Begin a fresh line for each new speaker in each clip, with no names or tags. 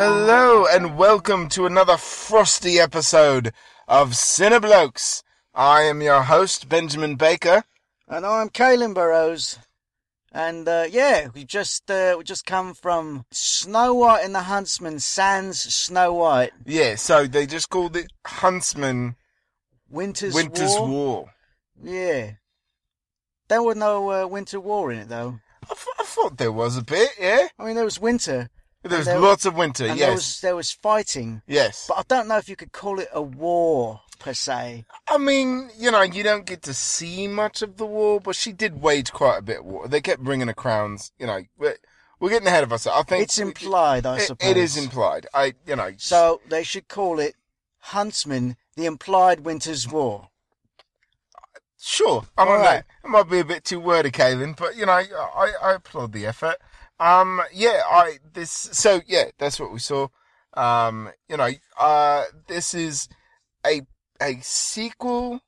Hello and welcome to another frosty episode of Cineblokes. I am your host, Benjamin Baker.
And I'm Caelan Burrows. And uh, yeah, we just uh, we just come from Snow White and the Huntsman, Sans Snow White,
Yeah, so they just called it Huntsman
Winter's,
Winter's War.
War. Yeah, there was no uh, Winter War in it though.
I, th- I thought there was a bit, yeah?
I mean, there was winter,
There was
there-
lots of winter,
and
Uh, yes.
there was there was fighting,
yes.
but I don't know if you could call it a war per se.
I mean, you know, you don't get to see much of the war, but she did wage quite a bit of war. They kept bringing her crowns, you know. We're, we're getting ahead of ourselves. I think
It's implied, I
It-
suppose.
it is implied. I, you know.
So they should call it Huntsman: The Implied Winter's War.
Sure, I'm on
Alright.
that. It might be a bit too wordy, Kaelin, but you know, I, I applaud the effort. Um, yeah, I this so yeah, that's what we saw. Um, you know, uh, this is a a sequel,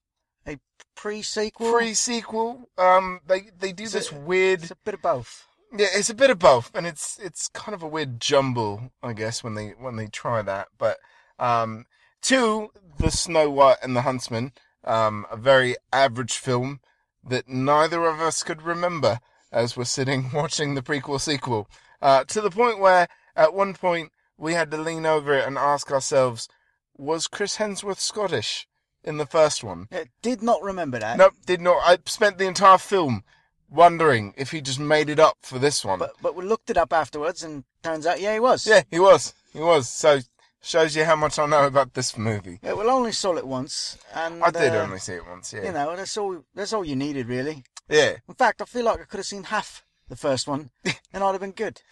Pre-sequel.
pre sequel. Um, they they do
Is
this
it-
weird.
It's a bit of both.
yeah, it's a bit of both, and it's it's kind of a weird jumble, I guess, when they when they try that. But um, two, the Snow White and the Huntsman, um, a very average film that neither of us could remember as we're sitting watching the prequel sequel. Uh, to the point where at one point we had to lean over it and ask ourselves, was Chris Hemsworth Scottish in the first one?
Yeah, Uh, did not remember that.
Nope, did not. I spent the entire film wondering if he just made it up for this one.
But but we looked it up afterwards, and turns out yeah, he was.
Yeah, he was. He was. So shows you how much I know about this movie.
Yeah, well, I only saw it once, and
I did
uh,
only see it once. Yeah.
You know, that's all. That's all you needed, really.
Yeah.
In fact, I feel like I could have seen half the first one, and I'd have been good.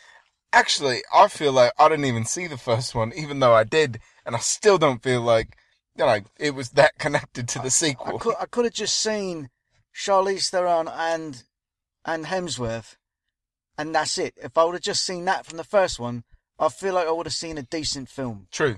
Actually, I feel like I didn't even see the first one, even though I did, and I still don't feel like you know it was that connected to the
I
sequel.
could, I could have just seen Charlize Theron and and Hemsworth, and that's it. If I would have just seen that from the first one, I feel like I would have seen a decent film.
True.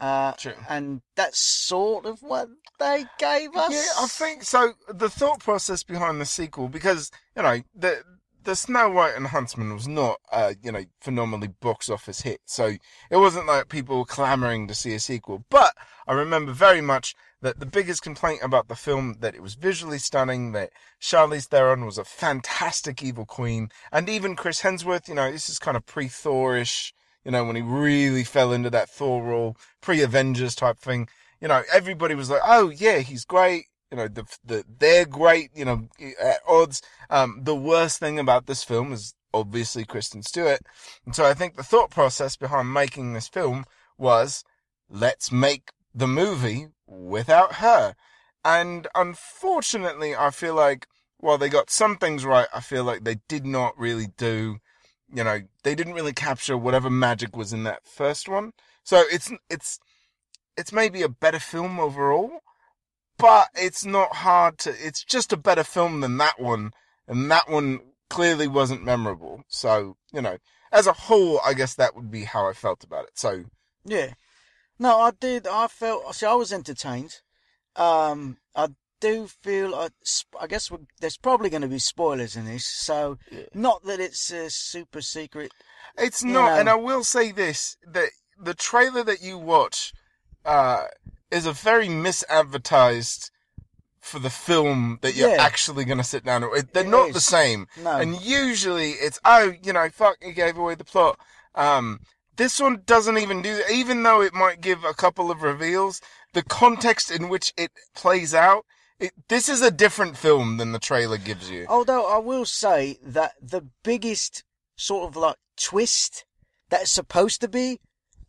Uh,
True.
And that's sort of what they gave us.
Yeah, I think so. The thought process behind the sequel, because you know the the Snow White and Huntsman was not a you know phenomenally box office hit, so it wasn't like people were clamoring to see a sequel. But I remember very much that the biggest complaint about the film that it was visually stunning, that Charlize Theron was a fantastic evil queen, and even Chris Hemsworth. You know, this is kind of pre-Thorish. You know, when he really fell into that Thor role, pre-Avengers type thing you know, everybody was like, "Oh yeah, he's great." You know, the the they're great. You know, at odds. Um, the worst thing about this film is obviously Kristen Stewart, and so I think the thought process behind making this film was, let's make the movie without her. And unfortunately, I feel like while they got some things right, I feel like they did not really do. You know, they didn't really capture whatever magic was in that first one. So it's it's it's maybe a better film overall, but it's not hard to. It's just a better film than that one, and that one clearly wasn't memorable. So you know, as a whole, I guess that would be how I felt about it. So
Yeah. No, I did. I felt. See, I was entertained. Um, I do feel. I, sp- I guess we there's probably going to be spoilers in this, so not that it's a super secret.
It's
You
not,
know.
and I will say this: that the trailer that you watch uh, is a very misadvertised for the film that you're
Yeah.
actually going to sit down. and- They're
It
not the
is.
same,
No.
and usually it's oh, you know, fuck, it gave away the plot. Um, this one doesn't even do, even though it might give a couple of reveals. The context in which it plays out, it, this is a different film than the trailer gives you.
Although I will say that the biggest sort of like twist that's supposed to be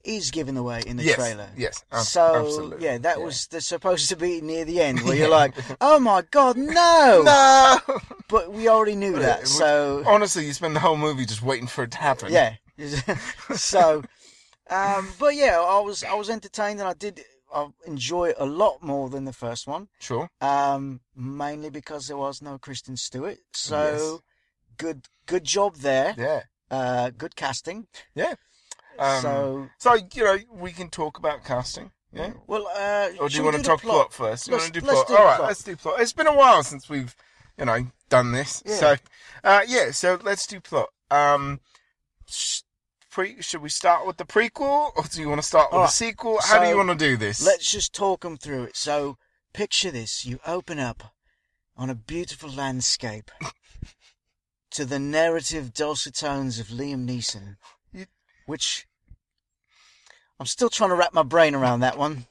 is given away in the
yes,
trailer.
yes, ab-
so
absolutely.
yeah, that was the, supposed to be near the end where
Yeah.
you're like, oh my god, no!
no.
But we already knew
Yeah,
that,
we-
so
Honestly, you spend the whole movie just waiting for it to happen.
Yeah. so, um, but yeah, I was I was entertained and I did I enjoy it a lot more than the first one,
Sure.
um, mainly because there was no Kristen Stewart. So, good good job there.
Yeah.
Uh, good casting.
Um, so,
so,
you know, we can talk about casting. Yeah.
well, uh,
Or do
should
you
we
want to
the
talk plot, first? You
Let's-
want to do
let's
plot?
do
All right,
plot.
let's do plot. It's been a while since we've, you know, done this.
Yeah.
So, uh, yeah. So let's do plot. Um, s- pre? Should we start with the prequel, or do you want to start with
All
the
right.
sequel? How do
So,
you want to do this?
Let's just talk them through it. So, picture this you open up on a beautiful landscape to the narrative dulcet tones of Liam Neeson,
You-
which I'm still trying to wrap my brain around that one.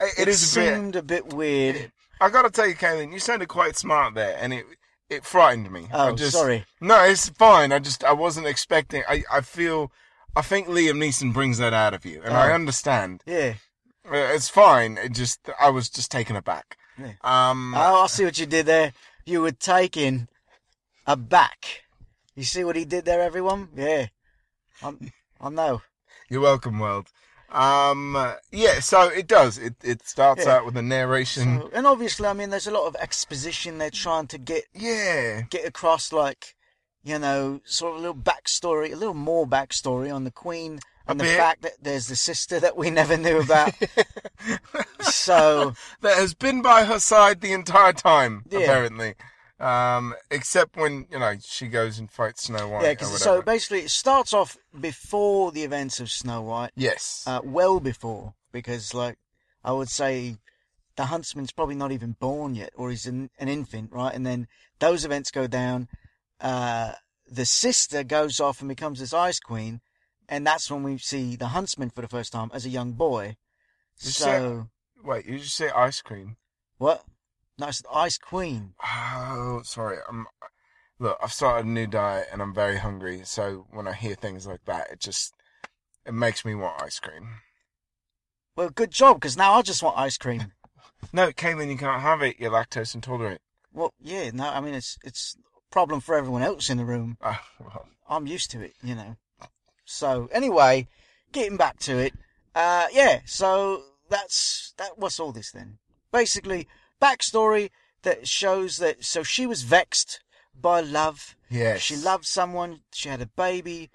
It- it is a bit.
seemed a bit weird.
I gotta tell you, Kaylin, you sounded quite smart there, and it it frightened me. I
Oh,
just,
sorry.
No, it's fine. I just I wasn't expecting. I I feel. I think Liam Neeson brings that out of you, and I
Oh.
understand.
Yeah.
Uh, It's fine. It just I was just taken aback.
Yeah.
Um,
Oh, I see what you did there. You were taking a back. You see what he did there, everyone? Yeah. I'm, I know.
You're welcome, world. Um, uh, yeah, so it does. It it starts
Yeah.
out with a narration.
So- and obviously, I mean, there's a lot of exposition they're trying to get
yeah,
get across, like, you know, sort of a little backstory, a little more backstory on the Queen and
A
the
bit.
fact that there's the sister that we never knew about. so,
that has been by her side the entire time,
Yeah.
apparently. Um, except when you know she goes and fights Snow White.
yeah,
or
'cause-
whatever.
so basically, it starts off before the events of Snow White.
yes,
uh, well before because like I would say the huntsman's probably not even born yet or he's an, an infant right and then those events go down uh, the sister goes off and becomes this ice queen and that's when we see the huntsman for the first time as a young boy
You
so
wait, you just say ice cream.
what no it's the ice queen
Oh, sorry. I'm look. I've started a new diet and I'm very hungry. So when I hear things like that, it just it makes me want ice cream.
well good job because now I just want ice cream
No, Caitlin, you can't have it. You're lactose intolerant.
well yeah no I mean it's it's a problem for everyone else in the room
Oh, well.
I'm used to it, you know. So anyway, getting back to it, uh, yeah. So that's that. What's all this then? Basically, backstory that shows that so she was vexed by love.
Yes.
She loved someone. She had a baby.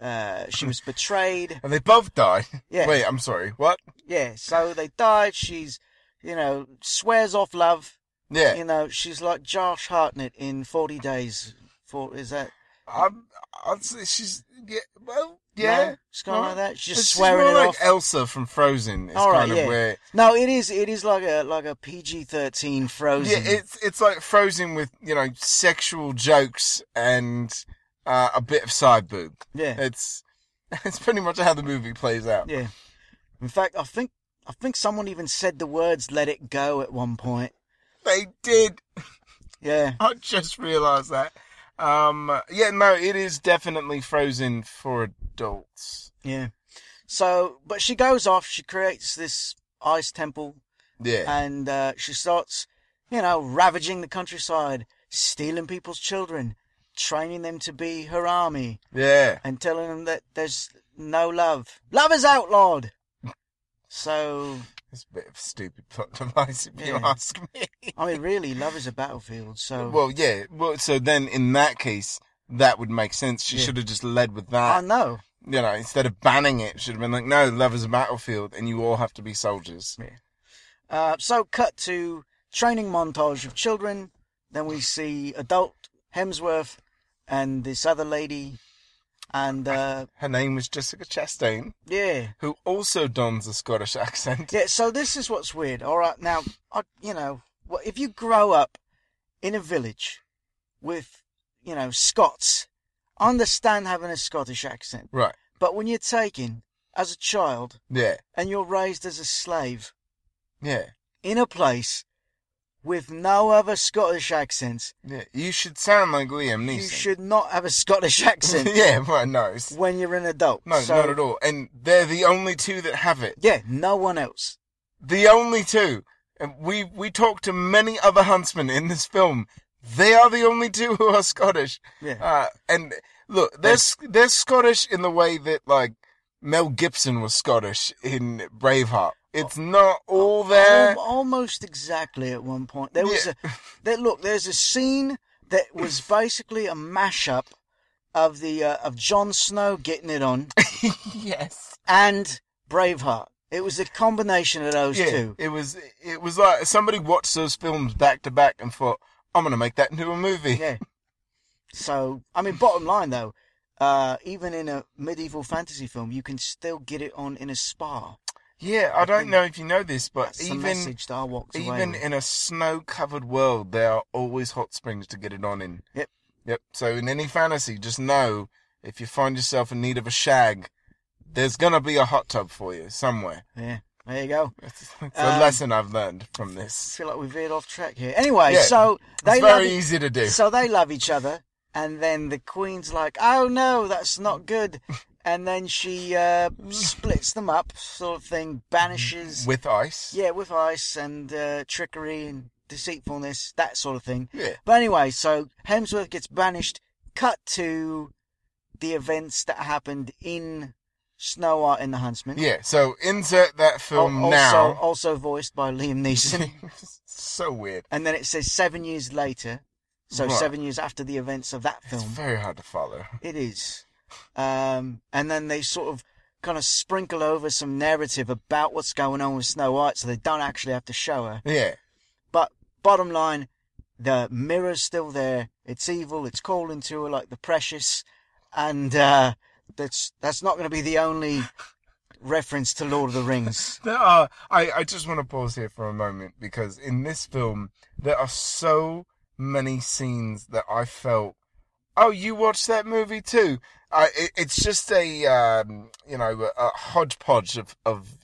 Uh, she was betrayed.
And they both die.
Yeah.
Wait, I'm sorry. What?
Yeah. So they died. She's, you know, swears off love.
Yeah.
You know, she's like Josh Hartnett in Forty Days. For is that
I'm, I'd say she's. Yeah. Well, yeah.
No, it's kind of
Well,
like that. She's
it's-
just
she's
swearing
more
it
like
off.
Elsa from Frozen. It's
All right,
kind of
yeah.
where.
No, it is. It is like a like a PG thirteen
Yeah,
Frozen.
it's it's like Frozen with you know sexual jokes and uh, a bit of side boob.
yeah,
It's it's pretty much how the movie plays out.
yeah. In fact, I think I think someone even said the words "Let it go" at one point.
They did
Yeah,
I just realised that. Um, yeah, no, it is definitely Frozen for adults.
yeah. So, but she goes off. She creates this ice temple,
Yeah,
and uh, she starts, you know, ravaging the countryside, stealing people's children, training them to be her army,
yeah,
and telling them that there's no love. Love is outlawed. So
it's a bit of a stupid plot device if you
Yeah.
ask me.
I mean, really, love is a battlefield. So
Well, yeah, well, so then in that case, that would make sense. She
Yeah.
should have just led with
I
that.
know.
you know, instead of banning it, should have been like, no, love is a battlefield, and you all have to be soldiers.
Uh, so cut to training montage of children. Then we see adult Hemsworth and this other lady, and uh,
Her name was Jessica Chastain,
yeah,
who also dons a Scottish accent.
yeah. So this is what's weird. All right, now I, you know, what- if you grow up in a village with, you know, Scots, I understand having a Scottish accent.
Right.
But when you're taken as a child
Yeah.
and you're raised as a slave,
Yeah.
in a place with no other Scottish accents.
Yeah. You should sound like Liam Neeson.
You should not have a Scottish accent
yeah, well, no, it's-
when you're an adult.
no,
So,
not at all. And they're the only two that have it.
Yeah, no one else.
The only two. And we we talked to many other huntsmen in this film. They are the only two who are Scottish.
Yeah.
Uh, and look, they're s- they're Scottish in the way that like Mel Gibson was Scottish in Braveheart. It's not all
Oh,
there.
Al- almost exactly at one point. There was
Uh, Yeah.
a there, look, there's a scene that was basically a mashup of the uh, of Jon Snow getting it on oh,
yes.
and Braveheart. It was a combination of those
Yeah.
two.
It was it was like somebody watched those films back to back and thought, I'm gonna make that into a movie.
Yeah. So, I mean, bottom line though, uh, even in a medieval fantasy film, you can still get it on in a spa.
Yeah, I, don't
think
know if you know this, but
That's the
even
message that I walked away
even
with.
in a snow-covered world, there are always hot springs to get it on in.
Yep.
Yep. So in any fantasy, just know if you find yourself in need of a shag, there's gonna be a hot tub for you somewhere.
yeah, there you go.
It's, it's a
Um,
lesson I've learned from
I
this.
feel like we veered off track here. Anyway,
Yeah,
so
It's
they love
very
e-
easy to do.
so they love each other, and then the queen's like, "Oh no, that's not good," and then she uh, splits them up, sort of thing, banishes
With ice.
Yeah, with ice and uh, trickery and deceitfulness, that sort of thing.
Yeah.
But anyway, so Hemsworth gets banished. Cut to the events that happened in Snow White and the Huntsman.
Yeah, so insert that
Al-
film
also,
now.
also voiced by Liam Neeson.
so weird.
and then it says seven years later, so
Right.
seven years after the events of that
It's
film.
very hard to follow.
It is. Um, and then they sort of kind of sprinkle over some narrative about what's going on with Snow White, so they don't actually have to show her.
Yeah,
But bottom line, the mirror's still there. It's evil. It's calling to her like the precious, and uh, that's that's not going to be the only reference to Lord of the Rings.
there are. I I just want to pause here for a moment because in this film there are so many scenes that I felt. Oh, you watched that movie too? I it, it's just a um, you know a hodgepodge of of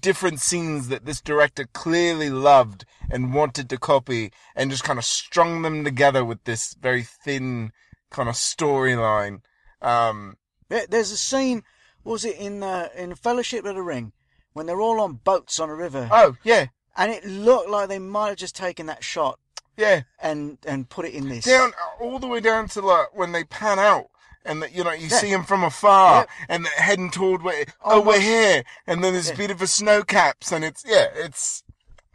different scenes that this director clearly loved and wanted to copy and just kind of strung them together with this very thin kind of storyline. Um,
There- There's a scene. what Was it in uh, in Fellowship of the Ring when they're all on boats on a river,
oh yeah,
and it looked like they might have just taken that shot
yeah.
and and put it in this.
down all the way down to like when they pan out and that you know you
Yeah.
see them from afar
Yep.
and they're heading toward where oh,
Oh,
we're
my-
here and then there's
Yeah.
beautiful snow caps and it's yeah it's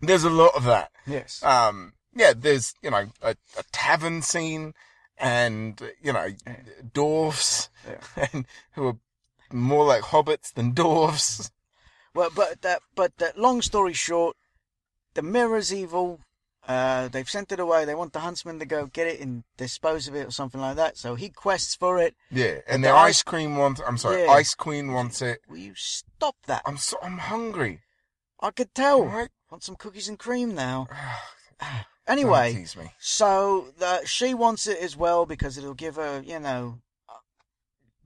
there's a lot of that
Yes.
um yeah there's you know a, a tavern scene and you know dwarfs and who are more like hobbits than dwarfs
Well, but that, but that, long story short, the mirror's evil. Uh, they've sent it away. They want the huntsman to go get it and dispose of it or something like that. So he quests for it.
yeah and
the
the,
ice-
ice cream wants i'm sorry
Yeah.
ice queen wants it
Will you stop that?
i'm so i'm hungry
I could tell.
Right?
Want some cookies and cream now?
Don't
Anyway,
tease me
so the, she wants it as well because it'll give her, you know,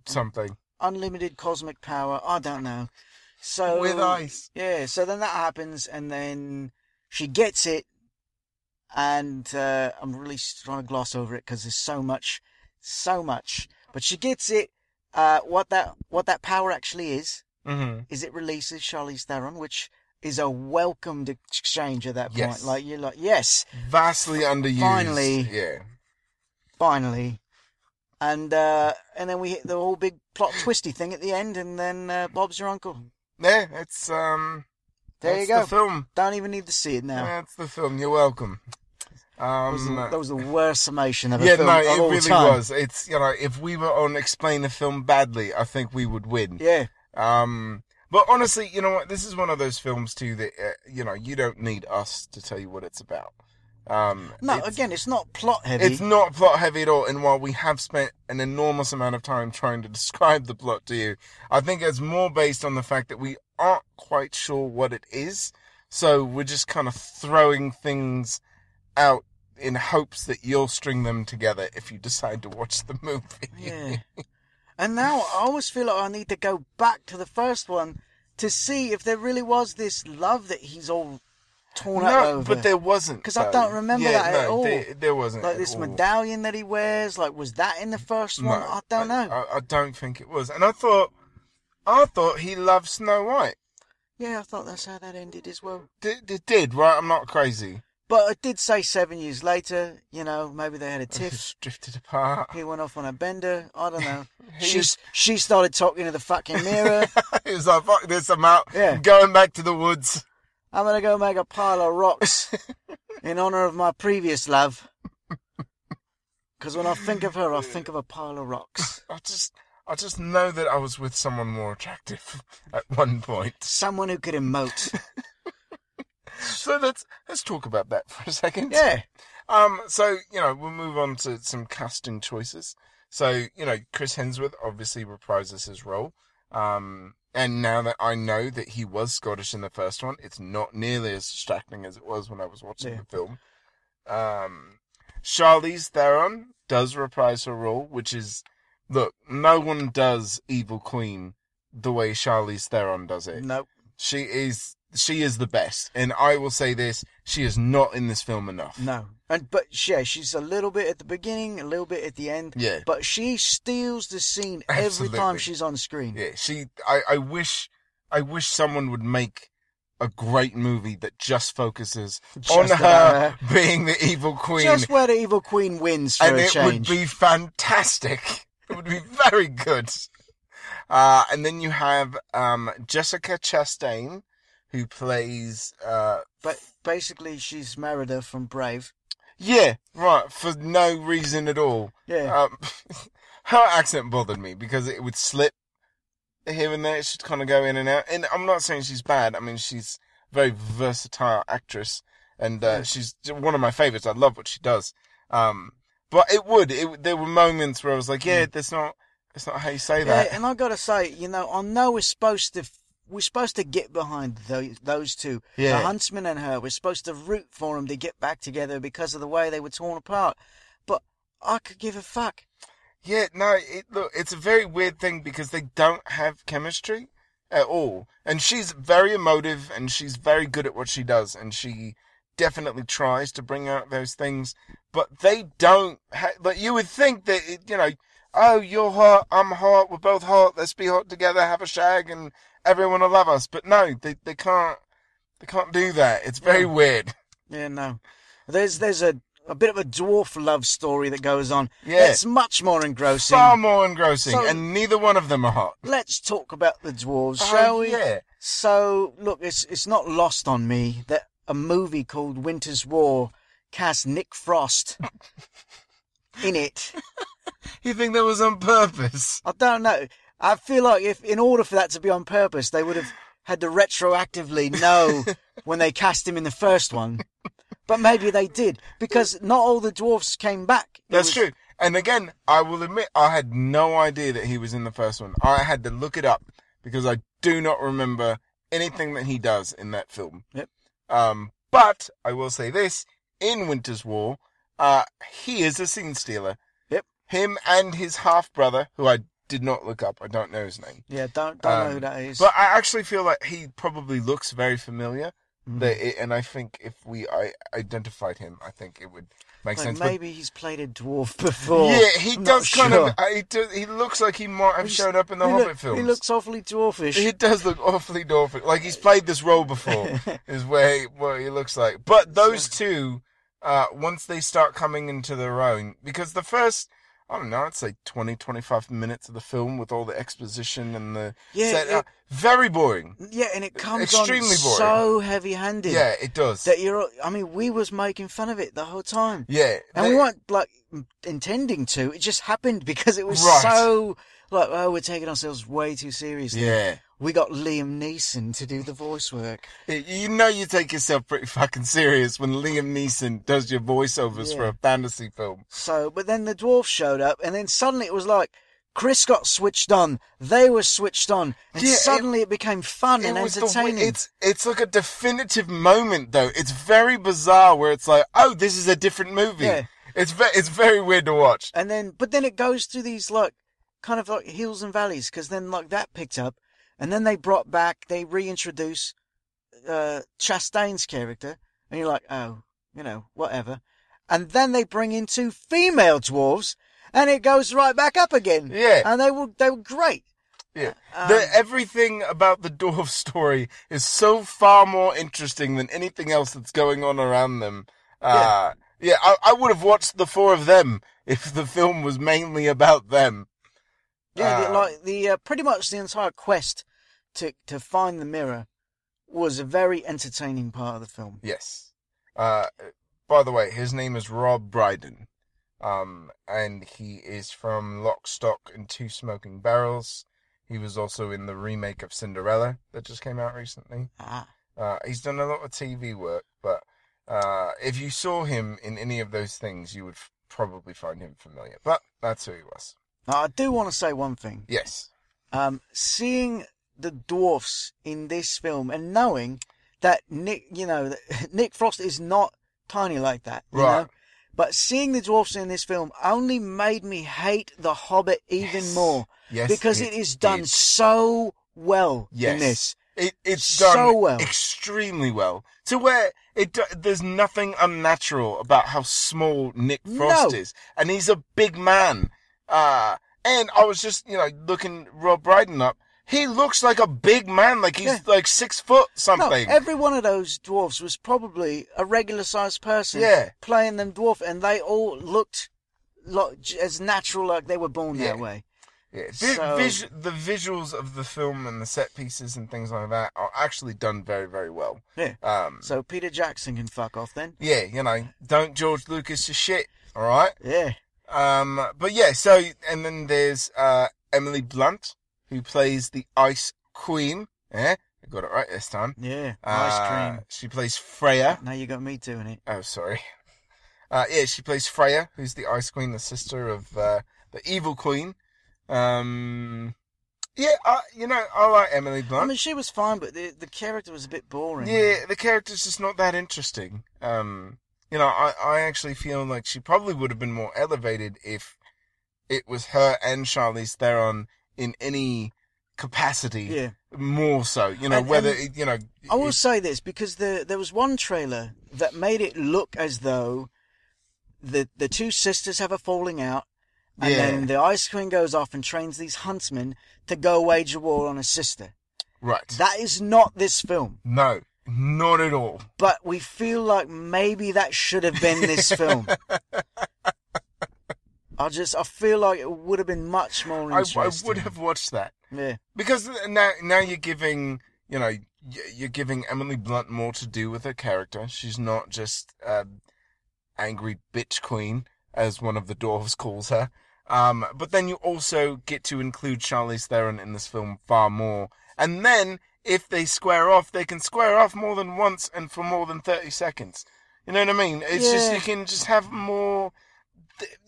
something
unlimited cosmic power. I don't know. So
with ice.
Yeah, so then that happens, and then she gets it, and uh, I'm really s- trying to gloss over it because there's so much, so much. But she gets it. Uh, what that what that power actually is
Mm-hmm.
is it releases Charlize Theron, which is a welcomed exchange at that point.
Yes.
Like you're like, yes,
Vastly underused.
Finally.
yeah.
finally. And uh, and then we hit the whole big plot twisty thing at the end, and then uh, Bob's your uncle.
Yeah, it's um.
There you
that's
go.
The film.
Don't even need to see it now.
That's the film. You're welcome.
That was, the,
Um.
Mm, that was the worst summation of a
yeah,
film
no,
of
it
all
really
time.
was. It's you know, if we were on explain the film badly, I think we would win.
Yeah,
Um. But honestly, you know what? This is one of those films too that uh, you know you don't need us to tell you what it's about. Um.
No,
it's-
again, it's not plot heavy.
It's not plot heavy at all, and while we have spent an enormous amount of time trying to describe the plot to you, I think it's more based on the fact that we aren't quite sure what it is, so we're just kind of throwing things out in hopes that you'll string them together if you decide to watch the movie.
yeah. and now I always feel like I need to go back to the first one to see if there really was this love that he's all torn up
No,
over.
but there wasn't.
'Cause I
though.
don't remember
Yeah,
that
no,
at all.
There, there wasn't.
like
at
this
all.
medallion that he wears, like was that in the first one? I don't know.
I, I don't think it was. And I thought, I thought he loved Snow White.
yeah, I thought that's how that ended as well.
Did, did, did right? I'm not crazy.
But it did say seven years later. You know, maybe they had a tiff.
drifted apart.
He went off on a bender. I don't know.
He
She's she started talking to the fucking mirror.
He was like, "Fuck this, I'm out.
Yeah.
Going back to the woods."
I'm gonna go make a pile of rocks in honor of my previous love. Because when I think of her, I think of a pile of rocks.
I just, I just know that I was with someone more attractive at one point.
Someone who could emote.
So let's let's talk about that for a second.
Yeah.
Um. So you know, we'll move on to some casting choices. So you know, Chris Hemsworth obviously reprises his role. Um, and now that I know that he was Scottish in the first one, it's not nearly as distracting as it was when I was watching
Yeah.
the film. Um, Charlize Theron does reprise her role, which is look, no one does Evil Queen the way Charlize Theron does it.
No,
She is she is the best, and I will say this: she is not in this film enough.
no. And but yeah, she's a little bit at the beginning, a little bit at the end.
Yeah,
But she steals the scene every time
Absolutely.
she's on screen.
yeah. She, I, I wish, I wish someone would make a great movie that just focuses on
Just about
her being the evil queen,
Just where the evil queen wins for
and
a
it
change.
would be fantastic. It would be very good. Uh, and then you have um, Jessica Chastain, who plays uh,
But basically, she's Merida from Brave.
yeah, right for no reason at all.
Yeah,
Um, her accent bothered me because it would slip here and there. It should kind of go in and out. And I'm not saying she's bad. I mean, she's a very versatile actress, and uh,
Yeah.
she's one of my favorites. I love what she does. Um, but it would. It, there were moments where I was like, yeah, that's not. That's not how you say that.
yeah. And I gotta say, you know, I know we're supposed to we're supposed to get behind those those two,
Yeah.
the huntsman and her. We're supposed to root for them to get back together because of the way they were torn apart. But I could give a fuck.
Yeah, no, it, look, it's a very weird thing because they don't have chemistry at all. And she's very emotive and she's very good at what she does. And she definitely tries to bring out those things. But they don't, ha- like, you would think that, it, you know, oh, you're hot, I'm hot, we're both hot, let's be hot together, have a shag, and everyone will love us. But no, they, they can't, they can't do that. It's very
Yeah.
weird.
Yeah, no. There's there's a a bit of a dwarf love story that goes on.
Yeah.
It's much more engrossing.
Far more engrossing.
So-
and neither one of them are hot.
Let's talk about the dwarves,
Oh,
shall we?
Yeah.
So, look, it's it's not lost on me that a movie called Winter's War cast Nick Frost in it.
You think that was on purpose?
I don't know. I feel like if in order for that to be on purpose, they would have had to retroactively know when they cast him in the first one. But maybe they did because not all the dwarfs came back. It
That's
was-
true. And again, I will admit, I had no idea that he was in the first one. I had to look it up because I do not remember anything that he does in that film.
Yep.
Um, but I will say this: in Winter's War, uh, he is a scene stealer.
Yep.
Him and his half brother, who I did not look up. I don't know his name.
Yeah, don't don't know
Um,
who that is.
But I actually feel like he probably looks very familiar.
Mm.
That it, and I think if we I identified him, I think it would make
Like,
sense. But
maybe he's played a dwarf before.
Yeah, he
I'm not
does kind
sure.
of. uh, He, do, he looks like he might have
He's-
shown up in the
he
Hobbit
look-
films.
He looks awfully dwarfish.
He does look awfully Dorford. Like he's played this role before, is where he, what he looks like. But those two, uh, once they start coming into their own, because the first, I don't know, I'd say 20, 25 minutes of the film with all the exposition and the
Yeah,
set
it-
up, very boring.
Yeah, and it comes
Extremely
on
boring.
so heavy-handed
Yeah, it does.
that you're. I mean, we was making fun of it the whole time,
yeah,
and
they-
we weren't like m- intending to. It just happened because it was
Right.
so like, oh, we're taking ourselves way too seriously.
yeah.
We got Liam Neeson to do the voice work.
You know you take yourself pretty fucking serious when Liam Neeson does your voiceovers
Yeah.
for a fantasy film.
So, but then the dwarf showed up, and then suddenly it was like Chris got switched on. They were switched on, and
Yeah, it-
suddenly it, became fun and
the wi-
entertaining.
it's it's like a definitive moment though. It's very bizarre where it's like, oh, this is a different movie.
Yeah.
It's ve- it's very weird to watch.
and then, but then it goes through these like kind of like hills and valleys because then like that picked up, and then they brought back, they reintroduce uh, Chastain's character, and you're like, oh, you know, whatever. And then they bring in two female dwarves, and it goes right back up again.
Yeah.
and they were they were great.
Yeah.
Um,
the, everything about the dwarf story is so far more interesting than anything else that's going on around them. Uh, yeah, I, I would have watched the four of them if the film was mainly about them.
Yeah, the,
Um,
like the uh, pretty much the entire quest to to find the mirror was a very entertaining part of the film.
Yes. Uh, by the way, his name is Rob Brydon. Um, and he is from Lock, Stock, and Two Smoking Barrels. He was also in the remake of Cinderella that just came out recently.
Ah,
Uh, he's done a lot of TV work, but uh, if you saw him in any of those things, you would f- probably find him familiar. But that's who he was.
Now, I do want to say one thing.
Yes.
Um, seeing the dwarfs in this film and knowing that Nick, you know, that Nick Frost is not tiny like that, you
Right.
know? But seeing the dwarfs in this film only made me hate The Hobbit even
Yes.
more
Yes.
because it is
did.
done so well
Yes.
in this.
It, it's
so
done
well.
extremely well to where it do- there's nothing unnatural about how small Nick Frost
No.
is, and he's a big man. Uh, and I was just you know looking Rob Brydon up. He looks like a big man, like he's
Yeah.
like six foot
No,
something.
every one of those dwarfs was probably a regular sized person
Yeah.
playing them dwarf, and they all looked lo- j- as natural like they were born that
Yeah.
way.
Yeah, vi-
So-
vis- the visuals of the film and the set pieces and things like that are actually done very, very well.
Yeah.
Um,
So Peter Jackson can fuck off then.
yeah, you know, don't George Lucas your shit, all right?
Yeah.
Um, but yeah, so and then there's uh, Emily Blunt who plays the Ice Queen. Yeah, I got it right this time.
Yeah. Ice
Uh,
cream.
She plays Freya.
Now you got me doing it.
Oh, sorry. Uh, yeah, she plays Freya, who's the Ice Queen, the sister of uh, the Evil Queen. Um, yeah, I, you know, I like Emily Blunt.
I mean, she was fine, but the the character was a bit boring.
Yeah, the character's just not that interesting. Um, you know, I, I actually feel like she probably would have been more elevated if it was her and Charlize Theron in any capacity.
Yeah.
More so, you know,
And-
whether
and
it, you know,
I will say this because the, there was one trailer that made it look as though the the two sisters have a falling out, and
Yeah.
then the Ice Queen goes off and trains these huntsmen to go wage a war on a sister.
right?
That is not this film,
no, not at all.
but we feel like maybe that should have been this film. I just I feel like it would have been much more
I,
interesting.
I would have watched that
Yeah.
because now now you're giving you know y- you're giving Emily Blunt more to do with her character. She's not just um, angry bitch queen as one of the dwarves calls her. Um, but then you also get to include Charlize Theron in this film far more. And then if they square off, they can square off more than once and for more than thirty seconds. You know what I mean? It's just
Yeah.
you can just have more.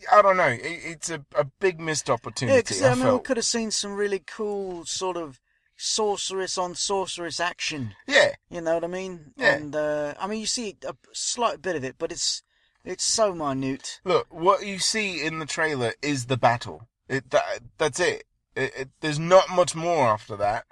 I don't know. It, it's a, a big missed opportunity.
Yeah, because
I
I mean, we
felt.
could have seen some really cool sort of sorceress on sorceress action.
Yeah,
You know what I mean?
Yeah.
And uh, I mean, you see a slight bit of it, but it's it's so minute.
Look, what you see in the trailer is the battle. It that, that's it. It, it. There's not much more after that.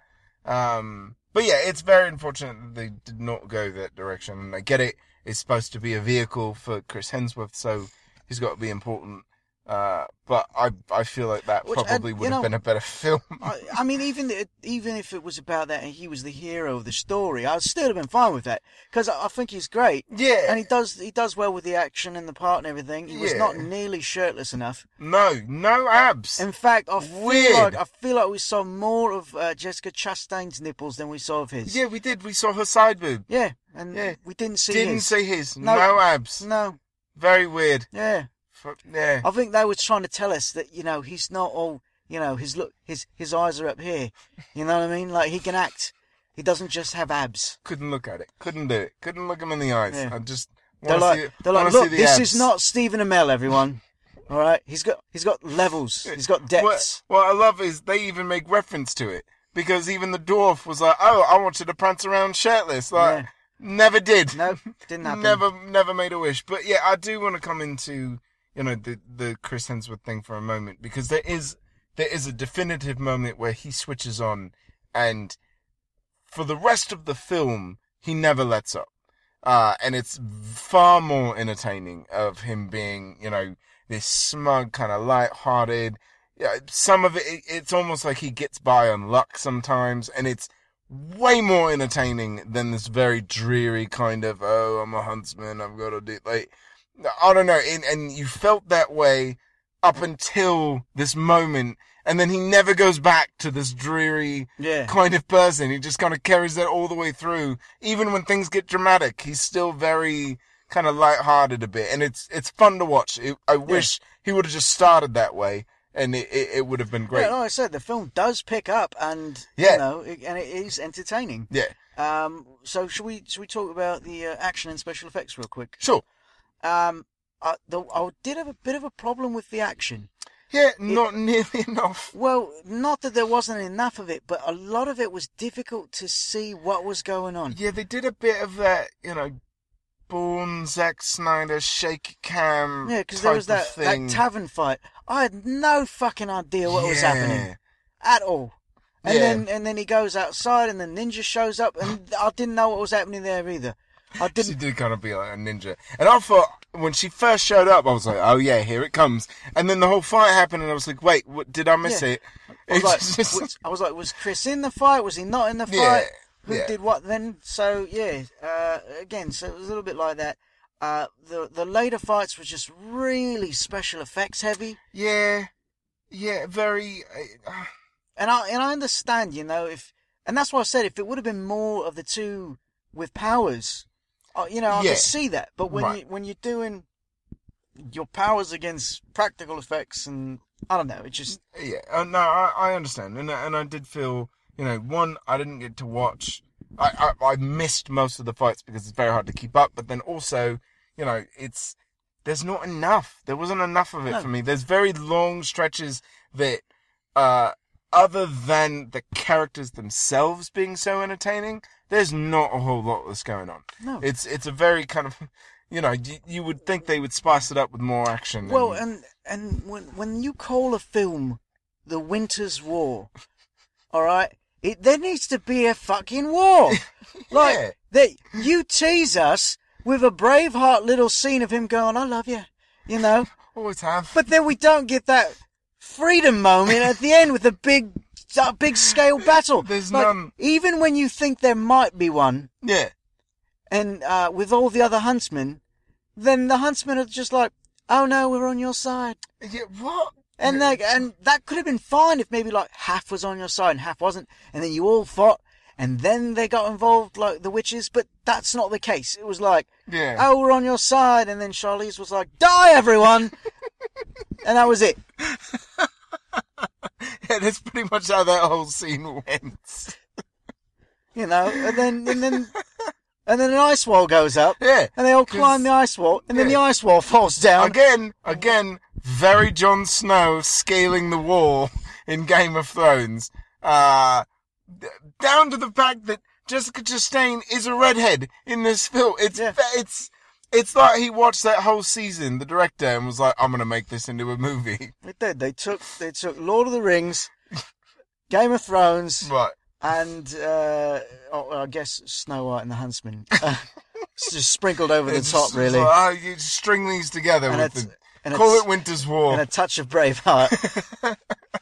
Um, but yeah, it's very unfortunate that they did not go that direction. And I get it. It's supposed to be a vehicle for Chris Hemsworth, so he's got to be important. Uh, but I I feel like that
Which, and,
probably
you
would have
know-
been a better film.
I, I mean, even the, even if it was about that and he was the hero of the story, I'd still have been fine with that because I, I think he's great
yeah.
and he does he does well with the action and the part and everything. He was
Yeah.
not nearly shirtless enough.
no, no abs.
In fact, I feel
Weird.
like I feel like we saw more of uh, Jessica Chastain's nipples than we saw of his.
yeah, we did. We saw her side boob.
Yeah, and
Yeah.
we didn't see
Didn't
his.
see his.
No.
No, abs.
No,
Very weird.
yeah.
F- Yeah.
I think they were trying to tell us that you know he's not all you know his look his his eyes are up here. You know what I mean? Like he can act. He doesn't just have abs.
couldn't look at it. Couldn't do it. Couldn't look him in the eyes.
Yeah.
I just
They're
want to see.
like they're like
wanna see
look,
the
this
abs."
is not Stephen Amell, everyone. All right, he's got he's got levels.
Uh,
He's got
What,
depths.
what I love is they even make reference to it because even the dwarf was like, "Oh, I wanted to prance around shirtless." Like,
Yeah.
never did.
No, didn't happen.
Never, never made a wish. But yeah, I do want to come into you know the the Chris Hemsworth thing for a moment because there is there is a definitive moment where he switches on, and for the rest of the film he never lets up, uh, and it's far more entertaining of him being you know this smug kind of light-hearted. Yeah, some of it, it it's almost like he gets by on luck sometimes, and it's way more entertaining than this very dreary kind of oh I'm a huntsman I've got to do like I don't know and and you felt that way up until this moment and then he never goes back to this dreary
Yeah,
kind of person he just kind of carries that all the way through even when things get dramatic he's still very kind of lighthearted a bit and it's it's fun to watch it, I wish he would have just started that way and it, it, it would have been great
Yeah, like I said, the film does pick up, and
Yeah.
you know, it, and it is entertaining.
yeah
Um, so should we should we talk about the uh, action and special effects real quick?
sure
Um, I, the, I did have a bit of a problem with the action.
Yeah, not nearly enough.
Well, not that there wasn't enough of it, but a lot of it was difficult to see what was going on.
Yeah, they did a bit of that, you know, Bourne, Zack Snyder, shaky cam.
Yeah, because there was
type
that,
of
that
thing.
tavern fight. I had no fucking idea what was
Yeah.
happening at all. And
Yeah.
then and then he goes outside, and the ninja shows up, and I didn't know what was happening there either. I
She
didn't.
did kind of be like a ninja. And I thought, when she first showed up, I was like, oh yeah, here it comes. And then the whole fight happened, and I was like, wait, what, did I miss
Yeah.
it?
I was,
It's
like,
just-
was, I was like, was Chris in the fight? Was he not in the fight?
Yeah,
Who
yeah.
did what then? So yeah, uh, again, so it was a little bit like that. Uh, the the later fights were just really special effects heavy.
yeah, yeah, very. Uh, uh,
and I and I understand, you know, if and that's why I said if it would have been more of the two with powers, uh, you know, I
Yeah.
could see that. But when
Right.
you when you're doing your powers against practical effects, and I don't know, it just
yeah, uh, no, I, I understand, and I- and I did feel, you know, one, I didn't get to watch. I, I I missed most of the fights because it's very hard to keep up. But then also, you know, it's there's not enough. There wasn't enough of it
No.
for me. There's very long stretches that, uh, other than the characters themselves being so entertaining, there's not a whole lot that's going on.
no.
It's it's a very kind of, you know, you, you would think they would spice it up with more action.
well, uh, and and when when you call a film the Winter's War, all right, it there needs to be a fucking war. Like
Yeah.
that, you tease us with a braveheart little scene of him going, "I love you," you know.
always have.
But then we don't get that freedom moment at the end with the big, uh, big scale battle.
There's
Like,
none.
Even when you think there might be one,
yeah.
and uh, with all the other huntsmen, then the huntsmen are just like, "Oh no, we're on your side."
Yeah, what?
And like, and that could have been fine if maybe like half was on your side and half wasn't, and then you all fought, and then they got involved like the witches. But that's not the case. It was like,
Yeah.
"Oh, we're on your side," and then Charlize was like, "Die, everyone," and that was it.
Yeah, that's pretty much how that whole scene went.
you know, and then and then and then an ice wall goes up,
Yeah.
and they all
'cause-
climb the ice wall, and then
yeah.
the ice wall falls down.
Again, again, very Jon Snow scaling the wall in Game of Thrones. Uh, d- down to the fact that Jessica Chastain is a redhead in this film. It's,
Yeah.
fa- it's, it's like he watched that whole season, the director, and was like, I'm gonna make this into a movie.
They did. They took they took Lord of the Rings, Game of Thrones,
Right.
and uh, oh, I guess Snow White and the Huntsman. Uh, it's just sprinkled over the
It's
top,
just
really,
Like, oh, you string these together
and
with
it's
the,
and
call
it's
it Winter's War.
and a touch of Braveheart.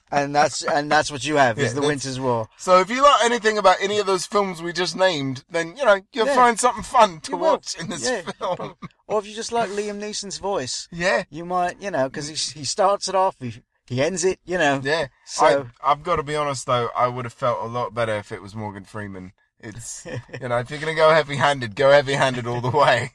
And that's and that's what you have
Yeah,
is the
that's-
Winter's War.
So if you like anything about any of those films we just named, then you know you'll
Yeah.
find something fun to
You will.
watch in this
Yeah.
film.
Or if you just like Liam Neeson's voice,
yeah,
you might you know because he he starts it off, he he ends it, you know.
yeah.
So-
I, I've got to be honest though, I would have felt a lot better if it was Morgan Freeman. It's you know if you're gonna go heavy-handed, go heavy-handed all the way.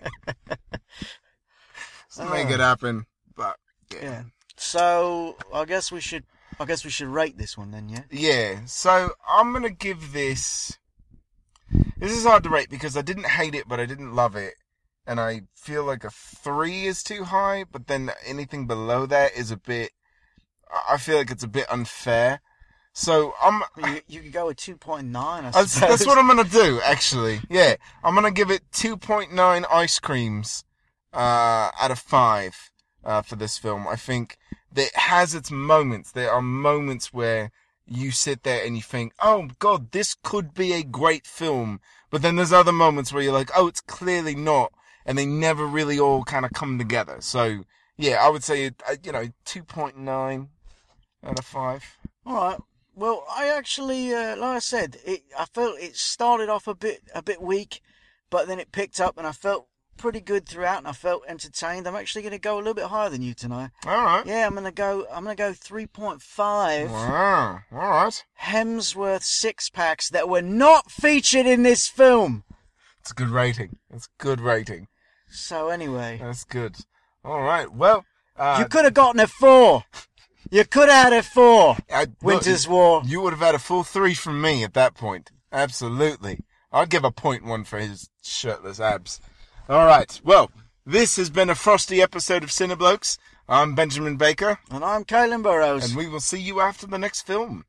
Just make it happen. But
Uh. Yeah. So I guess we should. I guess we should rate this one then. Yeah.
Yeah, so I'm gonna give this. This is hard to rate because I didn't hate it, but I didn't love it, and I feel like a three is too high. But then anything below that is a bit. I- I feel like it's a bit unfair. So I'm.
But You, you could go with two point nine. I
That's,
suppose.
that's what I'm gonna do. Actually, yeah, I'm gonna give it 2.9 ice creams uh, out of five uh, for this film. I think that it has its moments. There are moments where you sit there and you think, "Oh God, this could be a great film," but then there's other moments where you're like, "Oh, it's clearly not," and they never really all kind of come together. So yeah, I would say uh, you know 2.9 out of five.
All right. Well, I actually, uh, like I said, it, I felt it started off a bit a bit weak, but then it picked up, and I felt pretty good throughout, and I felt entertained. I'm actually going to go a little bit higher than you tonight.
All right.
Yeah, I'm going to go. I'm going to go three point five
Wow. All right.
Hemsworth six packs that were not featured in this film.
It's a good rating. It's good rating.
So anyway.
That's good. All right. Well, uh,
You could have gotten a four. You could have had a four.
I-
Winter's War.
You would have had a full three from me at that point. Absolutely. I'd give a point one for his shirtless abs. All right. Well, This has been a frosty episode of Cineblokes. I'm Benjamin Baker,
And I'm Caelan Burrows.
and we will see you after the next film.